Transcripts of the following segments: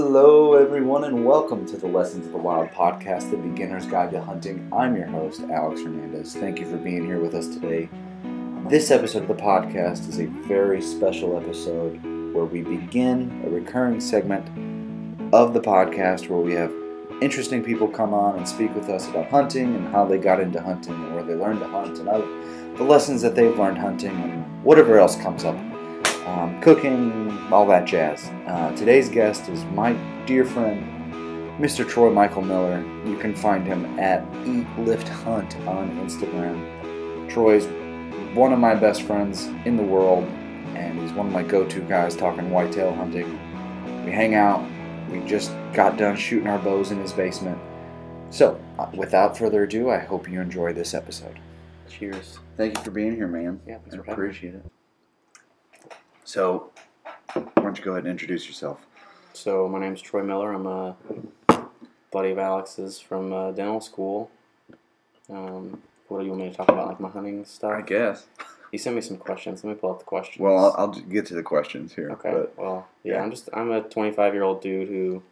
Hello, everyone, and welcome to the Lessons of the Wild podcast, the beginner's guide to hunting. I'm your host, Alex Hernandez. Thank you for being here with us today. This episode of the podcast is a very special episode where we begin a recurring segment of the podcast where we have interesting people come on and speak with us about hunting and how they got into hunting and where they learned to hunt and other, the lessons that they've learned hunting and whatever else comes up um, cooking, all that jazz. Uh, today's guest is my dear friend, Mr. Troy Michael Miller. You can find him at Eat Lift Hunt on Instagram. Troy's one of my best friends in the world, and he's one of my go-to guys talking whitetail hunting. We hang out. We just got done shooting our bows in his basement. So, uh, without further ado, I hope you enjoy this episode. Cheers. Thank you for being here, man. Yeah, thanks I for having me. appreciate it. So, why don't you go ahead and introduce yourself? So my name's Troy Miller. I'm a buddy of Alex's from uh, dental school. Um, what do you want me to talk about? Like my hunting stuff. guess. You sent me some questions. Let me pull up the questions. Well, I'll, I'll get to the questions here. okay. But well, yeah, yeah. I'm just I'm a 25 year old dude who,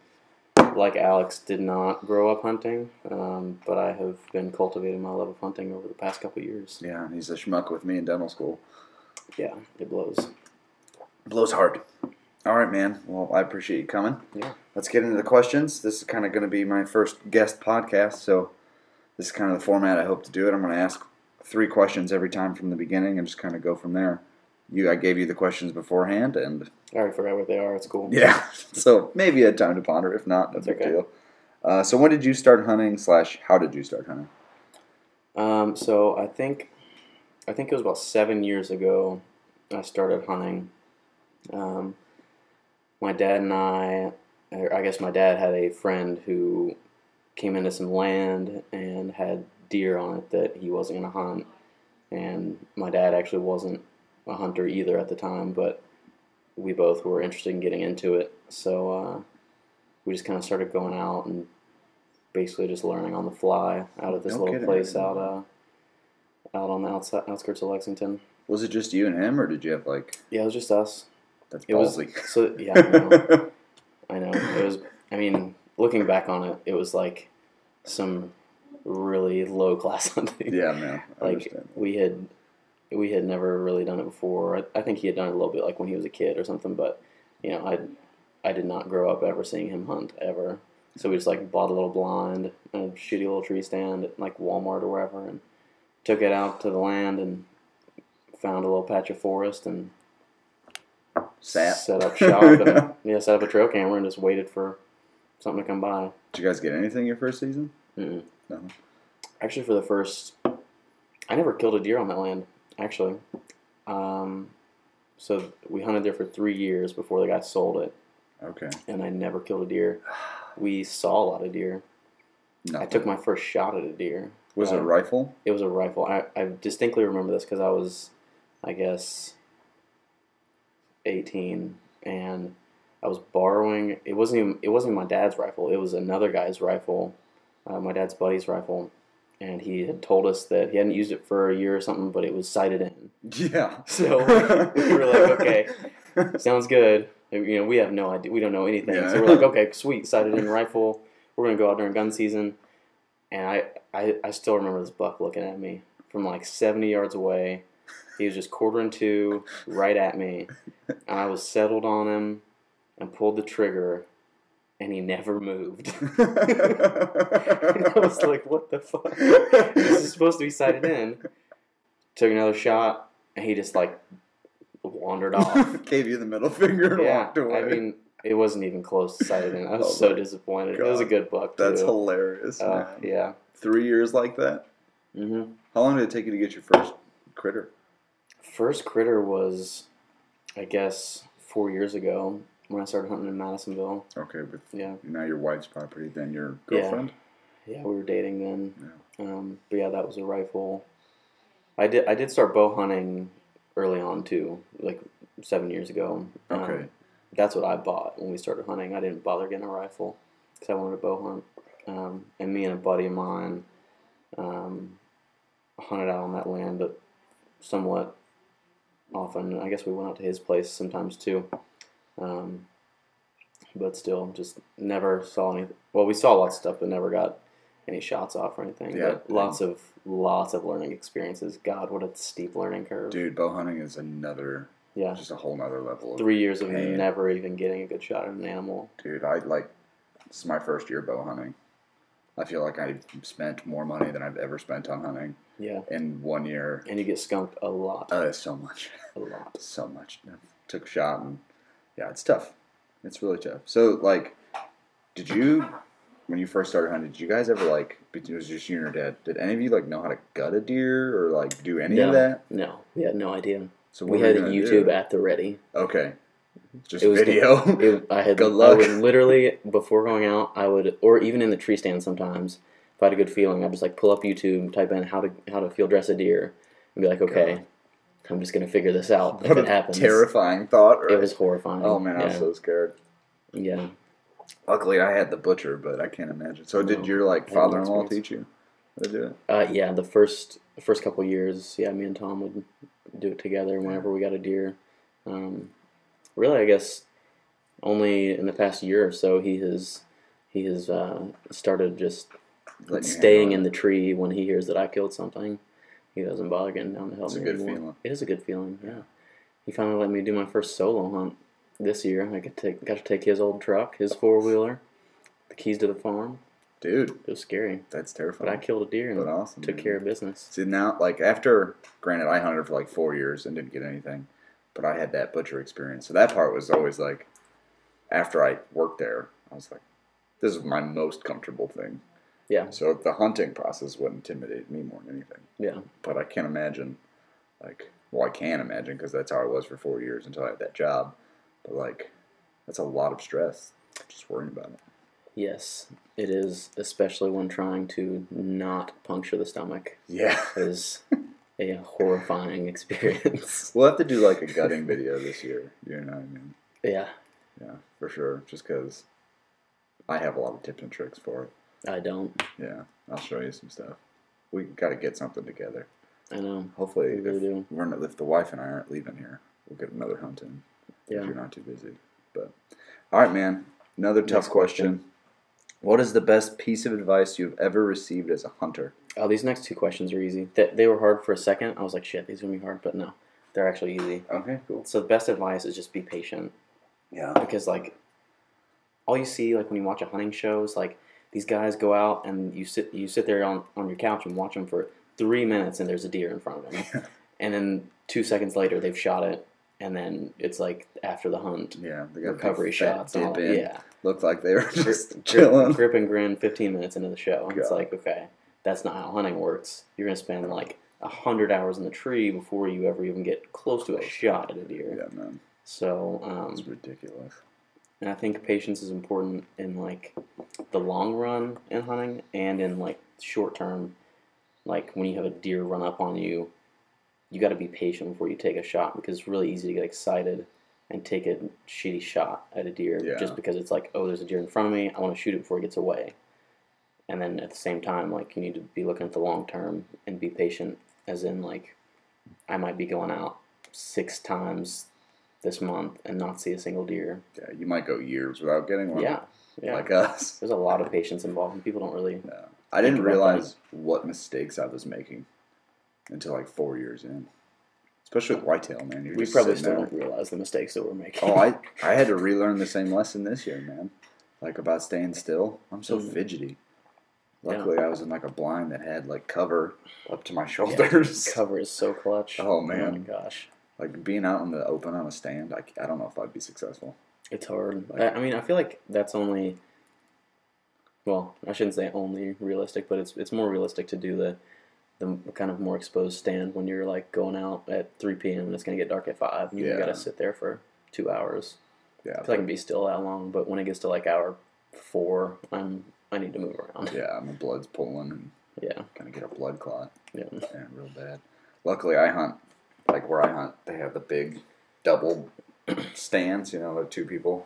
like Alex, did not grow up hunting, um, but I have been cultivating my love of hunting over the past couple years. yeah, and he's a schmuck with me in dental school. Yeah, it blows. Blows hard. All right, man. Well, I appreciate you coming. Yeah. Let's get into the questions. This is kind of going to be my first guest podcast, so this is kind of the format I hope to do it. I'm going to ask three questions every time from the beginning and just kind of go from there. You, I gave you the questions beforehand, and I already forgot what they are. It's cool. yeah, so maybe you had time to ponder. If not, no It's big okay. deal. Uh, so when did you start hunting? Slash, how did you start hunting? Um, so I think, I think it was about seven years ago I started hunting. Um, my dad and I, or I guess my dad had a friend who came into some land and had deer on it that he wasn't going to hunt. And my dad actually wasn't a hunter either at the time, but we both were interested in getting into it. So uh, we just kind of started going out and basically just learning on the fly out of this No little kidding. place out uh, out on the outside, outskirts of Lexington. Was it just you and him, or did you have like Yeah, it was just us. that's It was ballsy? so yeah. I know. I know. It was. I mean, looking back on it, it was like some really low class hunting. yeah, man. I Like understand. we had, we had never really done it before. I, I think he had done it a little bit, like when he was a kid or something. But you know, I, I did not grow up ever seeing him hunt ever. So we just like bought a little blind and a shitty little tree stand at like Walmart or wherever, and took it out to the land and found a little patch of forest and Sat. set up shop and yeah, set up a trail camera and just waited for something to come by. Did you guys get anything your first season? Mm-mm. No. Actually, for the first, I never killed a deer on that land. Actually, um, so we hunted there for three years before the guy sold it, Okay. and I never killed a deer. We saw a lot of deer. No. I took my first shot at a deer. Was it a Uh, rifle? It was a rifle. I, I distinctly remember this because I was, I guess, 18, and I was borrowing. It wasn't even. It wasn't my dad's rifle. It was another guy's rifle, uh, my dad's buddy's rifle, and he had told us that he hadn't used it for a year or something, but it was sighted in. Yeah. So we were like, okay, sounds good. And, You know, we have no idea. We don't know anything. Yeah. So we're like, okay, sweet, sighted in rifle. We're gonna go out during gun season. And I, I, I still remember this buck looking at me from like 70 yards away. He was just quartering two, right at me, and I was settled on him, and pulled the trigger, and he never moved. and I was like, what the fuck? this is supposed to be sighted in. Took another shot, and he just like wandered off. Gave you the middle finger and yeah, walked away. I mean, it wasn't even close to sighted in. I was Oh my so disappointed. It was a God. good buck. Too. that's hilarious. Uh, man. yeah. Three years like that. Mm-hmm. How long did it take you to get your first critter? First critter was, I guess, four years ago when I started hunting in Madisonville. Okay, with Yeah, now your wife's property, then your Yeah. girlfriend. yeah, we were dating then. Um, but yeah, that was a rifle. I did. I did start bow hunting early on too, like seven years ago. Um, Okay. that's what I bought when we started hunting. I didn't bother getting a rifle because I wanted to bow hunt. Um, and me and a buddy of mine um, hunted out on that land, but somewhat often. I guess we went out to his place sometimes too. Um, but still, just never saw any. Well, we saw lots of stuff, but never got any shots off or anything. Yeah. But lots of lots of learning experiences. God, what a steep learning curve. Dude, bow hunting is another, Yeah, just a whole nother level. Of, three years of Man. never even getting a good shot at an animal. Dude, I like, this is my first year bow hunting. I feel like I've spent more money than I've ever spent on hunting Yeah, in one year. and you get skunked a lot, Uh, so much. a lot. so much. Took a shot and yeah, it's tough. It's really tough. So like, did you when you first started hunting? Did you guys ever like? It was just you and your dad. Did any of you like know how to gut a deer or like do any No. of that? No, we had no idea. So We were had you a gonna YouTube do? at the ready. Okay, just It was video. It, I had Good I luck. would literally before going out, I would, or even in the tree stand sometimes, if I had a good feeling, I'd just like pull up YouTube, type in how to how to field dress a deer, and be like, okay, God. I'm just gonna figure this out if What a it happens. terrifying thought. Or, It was horrifying. oh man, I was yeah. so scared. yeah. Luckily, I had the butcher, but I can't imagine. So No. did your like I had no father-in-law experience. teach you how to do it? Uh, yeah, the first the first couple years, yeah, me and Tom would do it together whenever we got a deer. Um, really, I guess only in the past year or so he has he has uh, started just Letting you staying in handle the tree when he hears that I killed something. He doesn't bother getting down to help It's a me good anymore. feeling. It is a good feeling. Yeah, he finally let me do my first solo hunt this year. I could take got to take his old truck, his four wheeler, the keys to the farm. it. dude. It was scary, That's but I terrifying. killed a deer and But awesome. took dude. care of business. See now, like after, granted, I hunted for like four years and didn't get anything, but I had that butcher experience. So that part was always like, after I worked there, I was like, this is my most comfortable thing. Yeah, So the hunting process would intimidate me more than anything. yeah. But I can't imagine, like, well, I can imagine because that's how I was for four years until I had that job. But like, that's a lot of stress just worrying about it. Yes, it is, especially when trying to not puncture the stomach Yeah. is a horrifying experience. We'll have to do like a gutting video this year. You know what I mean? yeah, Yeah, for sure. Just because I have a lot of tips and tricks for it. I don't. Yeah, I'll show you some stuff. We got to get something together. I know. Hopefully, We really if, do. we're not, if the wife and I aren't leaving here, we'll get another hunt in if Yeah. you're not too busy. But all right, man. Another tough question. What is the best piece of advice you've ever received as a hunter? Oh, these next two questions are easy. They, they were hard for a second. I was like, shit, these are gonna be hard, but no, they're actually easy. Okay, cool. So the best advice is just be patient Yeah. because like all you see like when you watch a hunting show is like these guys go out and you sit you sit there on, on your couch and watch them for three minutes and there's a deer in front of them and then two seconds later they've shot it and then it's like after the hunt Yeah, they got a big recovery fat shots and all Dip that. in. yeah Looked like they were grip, just grip, chilling. grip and grin 15 minutes into the show. It's God. like, okay, that's not how hunting works. You're going to spend like 100 hours in the tree before you ever even get close to a shot at a deer. Oh, Yeah, man. So, It's um, ridiculous. and I think patience is important in like the long run in hunting and in like short term. Like when you have a deer run up on you, you got to be patient before you take a shot because it's really easy to get excited and take a shitty shot at a deer Yeah. just because it's like, oh, there's a deer in front of me. I want to shoot it before it gets away. And then at the same time, like you need to be looking at the long term and be patient, as in like I might be going out six times this month and not see a single deer. Yeah, you might go years without getting one. Yeah, yeah. Like us. There's a lot of patience involved, and people don't really. No. I didn't Interrupt realize what mistakes I was making until like four years in, especially with whitetail, man. You're We just probably sitting still there. don't realize the mistakes that we're making. Oh, I I had to relearn the same lesson this year, man. Like about staying still. I'm so Mhm. fidgety. Yeah. Luckily, I was in like a blind that had like cover up to my shoulders. cover is so clutch. Oh, Oh man. my gosh, like being out in the open on a stand, I, I don't know if I'd be successful. it's hard. I, I mean, I feel like that's only. Well, I shouldn't say only realistic, but it's it's more realistic to do the, the kind of more exposed stand when you're like going out at 3 p.m. and it's gonna get dark at five. and You Yeah. gotta sit there for two hours. Yeah, I feel like I can be still that long, but when it gets to like hour four, I'm I need to move around. yeah, my blood's pulling and Yeah, gonna get a blood clot. yeah, Yeah, real bad. Luckily, I hunt like where I hunt. They have the big double stands. You know, like two people.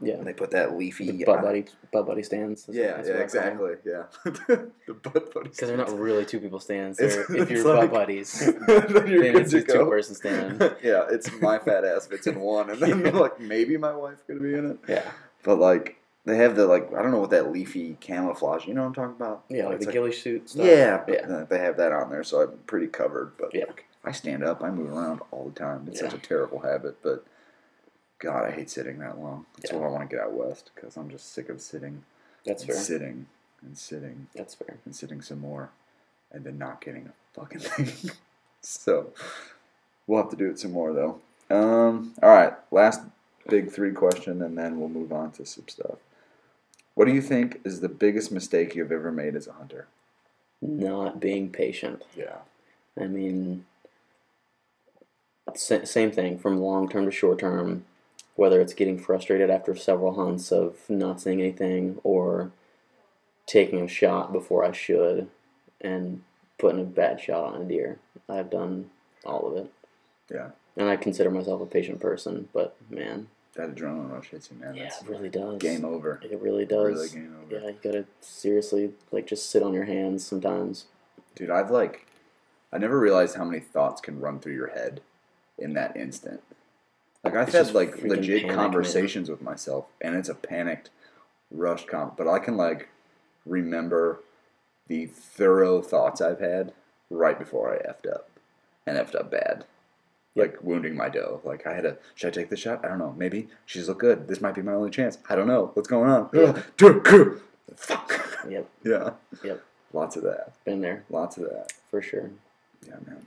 yeah. And they put that leafy. uh, The butt buddy, butt buddy stands. Yeah, yeah, exactly. Yeah, the butt buddy. Because they're not really two people stands. It's- They're, if you're it's butt like- buddies, stands. then you're then good it's to a two go. person stand. yeah, it's my fat ass fits in one, and then Yeah. like maybe my wife could be in it. Yeah, But like they have the like I don't know what that leafy camouflage. You know what I'm talking about? Yeah, like It's the ghillie suit stuff. Yeah, but Yeah. uh, they have that on there, so I'm pretty covered. But Yeah. like, I stand up, I move around all the time. It's Yeah. such a terrible habit, but God, I hate sitting that long. That's Yeah. why I want to get out west because I'm just sick of sitting That's and fair. sitting and sitting That's fair. and sitting some more, and then not getting a fucking thing. so we'll have to do it some more though. Um, all right, last big three question, and then we'll move on to some stuff. What do you think is the biggest mistake you've ever made as a hunter? Not being patient. Yeah. I mean, sa- same thing from long term to short term, whether it's getting frustrated after several hunts of not seeing anything or taking a shot before I should and putting a bad shot on a deer. I've done all of it. Yeah. And I consider myself a patient person, but man, That adrenaline rush hits you, man. yeah, That's it really does. game over. It really does. Really game over. yeah, you gotta seriously like just sit on your hands sometimes. Dude, I've like, I never realized how many thoughts can run through your head in that instant. Like I've It's had just like freaking legit panic, man. conversations with myself, and it's a panicked, rushed comp. But I can like remember the thorough thoughts I've had right before I effed up, and effed up bad, Yep. like wounding my doe. Like I had a, should I take the shot? I don't know. Maybe she's look good. This might be my only chance. I don't know. What's going on? Yeah. Ugh. Fuck. Yep, yeah. Yep. Lots of that. been there Lots of that. for sure. Yeah, man.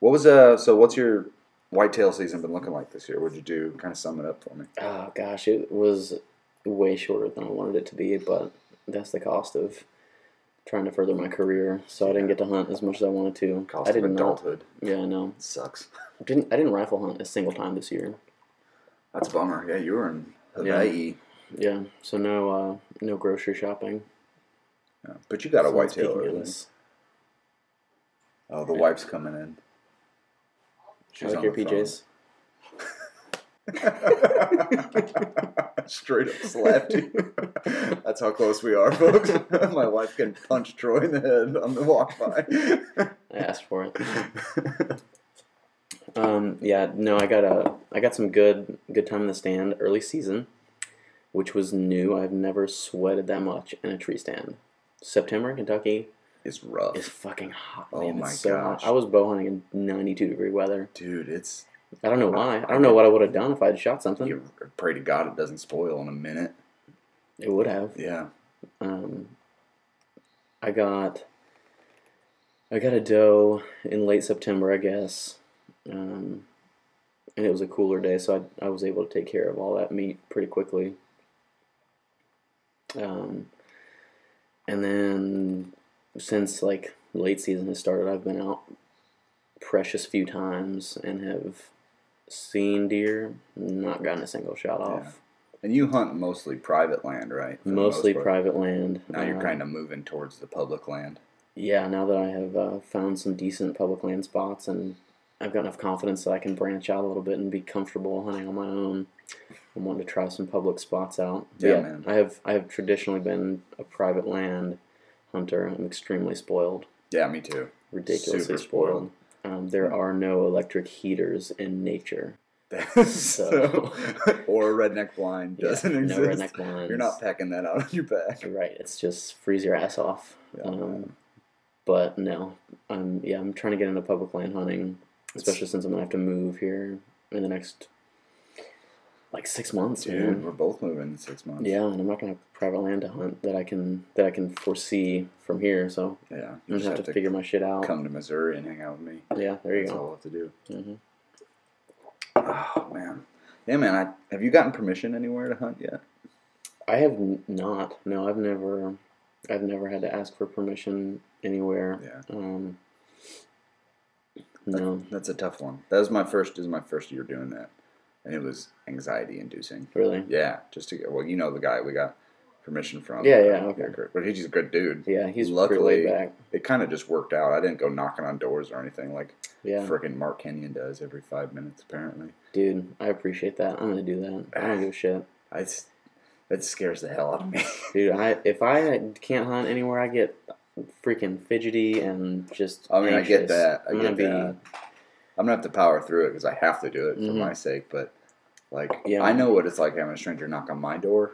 What was uh? So what's your whitetail season been looking like this year? What'd you do? Kind of sum it up for me. Oh gosh, it was way shorter than I wanted it to be, but that's the cost of trying to further my career. So I didn't get to hunt as much as I wanted to. I did not. Yeah, I know. It sucks. Didn't I didn't rifle hunt a single time this year. That's a bummer. Yeah, you were in Yeah. Hawaii, Yeah, so no uh, no grocery shopping. yeah. but you got a So whitetail speaking of early. this, Oh, the Yeah. wife's coming in. I like your PJs. phone. Straight up slapped you. That's how close we are, folks. My wife can punch Troy in the head on the walk by. I asked for it. Um, yeah, no, I got a, I got some good, good time in the stand early season, which was new. I've never sweated that much in a tree stand. September in Kentucky it's rough. is fucking hot. Oh Man. my it's so gosh. Hot. I was bow hunting in 92 degree weather. Dude, it's I don't know why. I don't know what I would have done if I had shot something. you pray to God it doesn't spoil in a minute. It would have. Yeah. Um, I got, I got a doe in late September, I guess, um, and it was a cooler day, so I I was able to take care of all that meat pretty quickly. Um, and then since like late season has started, I've been out precious few times and have seen deer, not gotten a single shot off. And you hunt mostly private land, right? For the most Mostly part. private land. Now you're Um, kind of moving towards the public land. yeah, now that I have uh, found some decent public land spots and I've got enough confidence that I can branch out a little bit and be comfortable hunting on my own, I'm wanting to try some public spots out. Yeah, man. I have I have traditionally been a private land hunter. I'm extremely spoiled, Yeah, me too. ridiculously Super spoiled. spoiled. Um, there are no electric heaters in nature. so, So- or a redneck blind Yeah, doesn't no exist. redneck blinds. You're not packing that out on your back. Right, it's just freeze your ass off. Yeah. Um, but no, I'm yeah, I'm trying to get into public land hunting, especially since I'm gonna have to move here in the next like six months, Dude, man. we're both moving in six months. Yeah, and I'm not gonna have private land to hunt that I can that I can foresee from here. So Yeah. I'm just have, to, figure my shit out. come to Missouri and hang out with me. Yeah, there you That's all go. we'll have to do. hmm Oh, man. Yeah, man. I, have you gotten permission anywhere to hunt yet? I have n- not. No, I've never, I've never had to ask for permission anywhere. Yeah. Um, no, That's a tough one. That was my first. This is my first year doing that, and it was anxiety inducing. really. Yeah, just to get well, you know the guy we got permission from. Yeah, yeah, okay. But he's just a good dude. Yeah, he's Luckily- pretty laid back. It kind of just worked out. I didn't go knocking on doors or anything like Yeah, frickin' Mark Kenyon does every five minutes. Apparently, dude, I appreciate that. I'm gonna do that. I don't give a shit, I s- that scares the hell out of me. dude. I if I can't hunt anywhere, I get freaking fidgety and just. I mean, I get anxious. that. I I'm get gonna that. I'm gonna have to power through it because I have to do it for Mhm. my sake. But like, Yeah. I know what it's like having a stranger knock on my door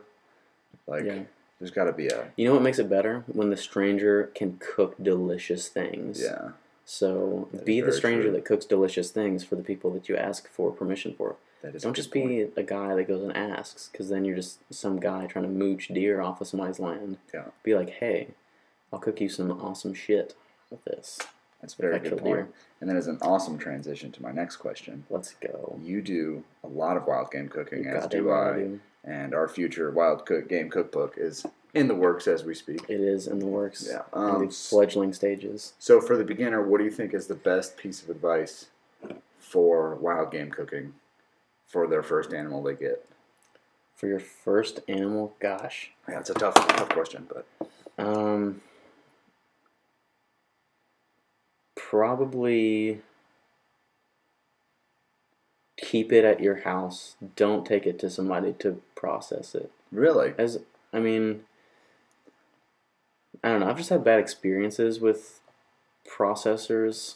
Like, Yeah. there's got to be a You know what makes it better when the stranger can cook delicious things. yeah. So That is be the very stranger true. that cooks delicious things for the people that you ask for permission for. That is a Don't good just point. be a guy that goes and asks, because then you're just some guy trying to mooch deer off of somebody's land. Yeah. Be like, hey, I'll cook you some awesome shit with this. That's a very I good killed point. deer. And that is an awesome transition to my next question. Let's go. You do a lot of wild game cooking, as Goddamn do right I. do. And our future wild cook game cookbook is in the works as we speak. It is in the works. Yeah. in Um, the fledgling stages. so for the beginner, what do you think is the best piece of advice for wild game cooking for their first animal they get? For your first animal, gosh. Yeah, it's a tough, tough question, but Um, probably keep it at your house. Don't take it to somebody to process it. really, As I mean, I don't know. I've just had bad experiences with processors.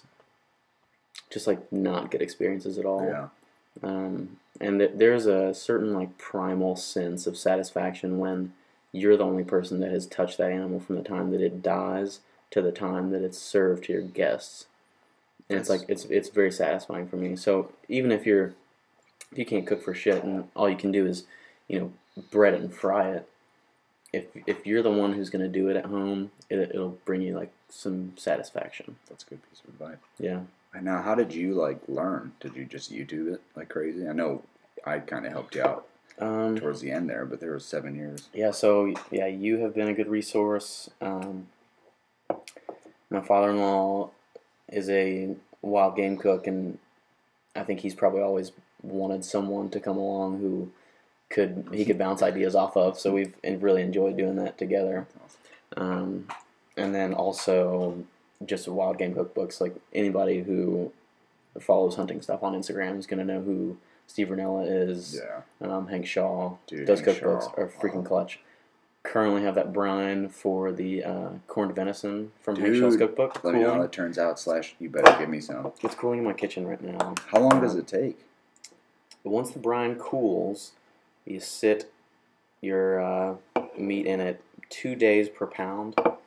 Just like not good experiences at all. yeah, Um, and th- there's a certain like primal sense of satisfaction when you're the only person that has touched that animal from the time that it dies to the time that it's served to your guests. And it's That's- like it's it's very satisfying for me. So even if you're if you can't cook for shit and all you can do is you know bread it and fry it, if if you're the one who's gonna do it at home, it, it'll bring you like some satisfaction. that's a good piece of advice. Yeah. And now, how did you like learn? Did you just YouTube it like crazy? I know I kind of helped you out Um, towards the end there, but there was seven years. Yeah, so yeah, you have been a good resource. Um, my father-in-law is a wild game cook, and I think he's probably always wanted someone to come along who could he could bounce ideas off of. So we've really enjoyed doing that together. Um, and then also just wild game cookbooks. Like anybody who follows hunting stuff on Instagram is gonna know who Steve Ranella is. Yeah, Um, Hank Shaw. Dude, Those Hank cookbooks Shaw. are freaking Wow. clutch. Currently have that brine for the uh, corned venison from Hank Dude, Shaw's cookbook. let me know how Cooling. it turns out. Slash, you better give me some. It's cooling in my kitchen right now. How long does it take? But once the brine cools, you sit your uh, meat in it two days per pound. Oh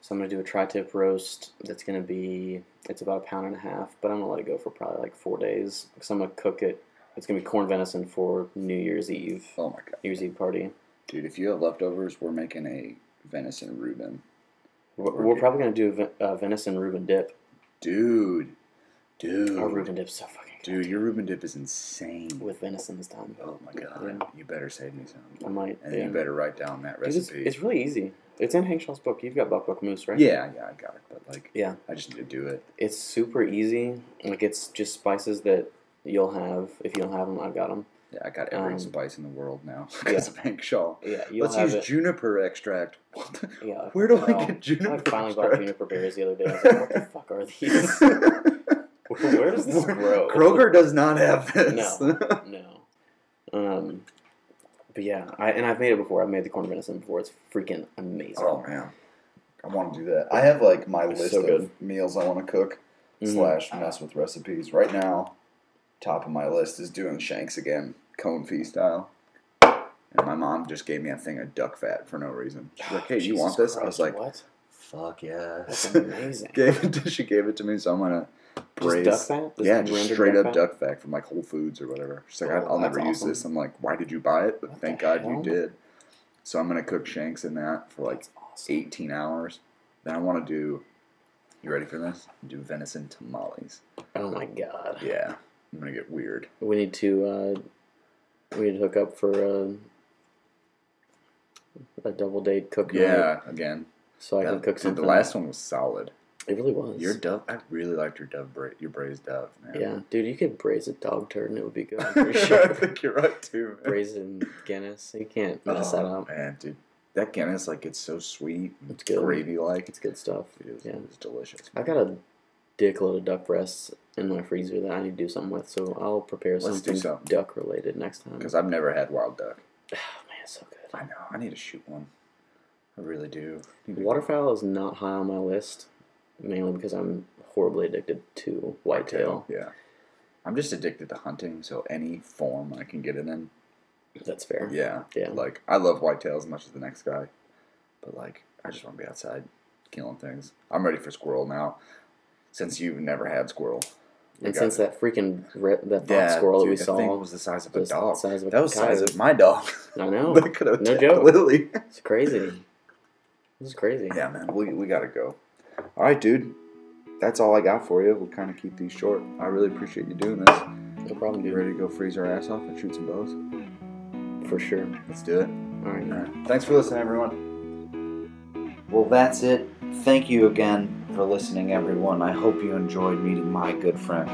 So I'm gonna do a tri-tip roast. That's gonna be it's about a pound and a half, but I'm gonna let it go for probably like four days because I'm gonna cook it. It's gonna be corned venison for New Year's Eve, Oh my god, New Year's Eve party. dude! If you have leftovers, we're making a venison Reuben, We're, Or we're dip. probably gonna do a ve- a venison Reuben dip. dude. Dude, Our Reuben dip's so fucking good. dude, your Reuben dip is insane. With venison this time, oh my god, you better save me some, I might. and yeah. you better write down that Dude, it's, recipe. it's really easy. It's in Hank Shaw's book. You've got Buck Buck Moose, right? yeah, yeah, I got it, but like, Yeah. I just need to do it. It's super easy. Like it's just spices that you'll have. If you don't have them, I've got them. Yeah, I got every Um, spice in the world now because of Hank Shaw. Yeah, you'll Let's have use it. juniper extract. What the- yeah. Where do well, I get juniper? I finally bought extract? juniper berries the other day. I was like, what the fuck are these? Where where does this grow? Kroger does not have this. No. Um. But yeah, I, and I've made it before. I've made the corned venison before. It's freaking amazing. oh man, I want to do that. I have like my It's list so of good. meals I want to cook Mhm. slash mess with recipes. Right now, top of my list is doing shanks again, cone fee style. And my mom just gave me a thing of duck fat for no reason. She's like, "Hey, you Oh, Jesus want this?" I was Christ, like, what? "Fuck That's yes." amazing. gave it to, she gave it to me, so I'm gonna Just braise. duck fat? yeah, Just just rendered straight duck up fat? duck fact from like Whole Foods or whatever. She's like, I Oh, I'll never that's use awesome. this. I'm like, why did you buy it? But What thank the God you hell? did. So I'm gonna cook shanks in that for like That's awesome. 18 hours. Then I want to do. You ready for this? Do venison tamales. Oh my god. Yeah, I'm gonna get weird. We need to uh, we need to hook up for uh, a double date cook night Yeah, again. so I Yeah, can cook dude, something. The last one was solid. it really was. Your dove, I really liked your dove, bra- your braised dove, man. yeah, dude, you could braise a dog turd and it would be good. I'm pretty I sure. think you're right too. Man. braise it in Guinness, you can't mess that Oh, up. man, dude. That Guinness, like, it's so sweet, It's good. gravy like. It's good stuff. It is. Yeah. It's delicious. I got a dickload of duck breasts in my freezer that I need to do something with, so I'll prepare Let's do something something. duck related next time. Because I've never had wild duck. Oh man, it's so good. I know. I need to shoot one. I really do. Need to- Waterfowl is not high on my list, mainly because I'm horribly addicted to whitetail. Yeah. I'm just addicted to hunting, so any form I can get it in, That's fair. Yeah. Yeah. Like I love whitetails as much as the next guy, but like I just want to be outside killing things. I'm ready for squirrel now, since you've never had squirrel. We and got- since that freaking ri that fox squirrel that dude, we that saw, thing was the size of a was the dog. size of a that was the size coyote. of my dog. I know that could have No attacked joke. Lily. it's crazy. This is crazy. Yeah, man, we, we gotta go. All right, dude. That's all I got for you. We'll kind of keep these short. I really appreciate you doing this. No problem, You dude. ready to go freeze our ass off and shoot some bows? For sure. Let's do it. All right. All right. Thanks for listening, everyone. Well, that's it. Thank you again for listening, everyone. I hope you enjoyed meeting my good friend,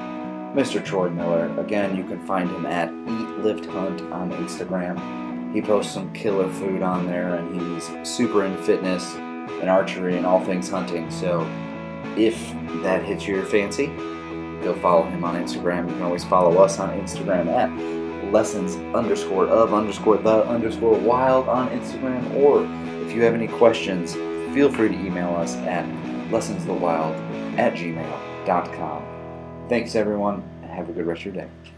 Mr. Troy Miller. Again, you can find him at Eat Lift Hunt on Instagram. He posts some killer food on there, and he's super into fitness and archery and all things hunting. So, if that hits your fancy, go follow him on Instagram. You can always follow us on Instagram at lessons underscore of underscore the underscore wild on Instagram. Or if you have any questions, feel free to email us at lessonsthewild at gmail.com. Thanks, everyone, and have a good rest of your day.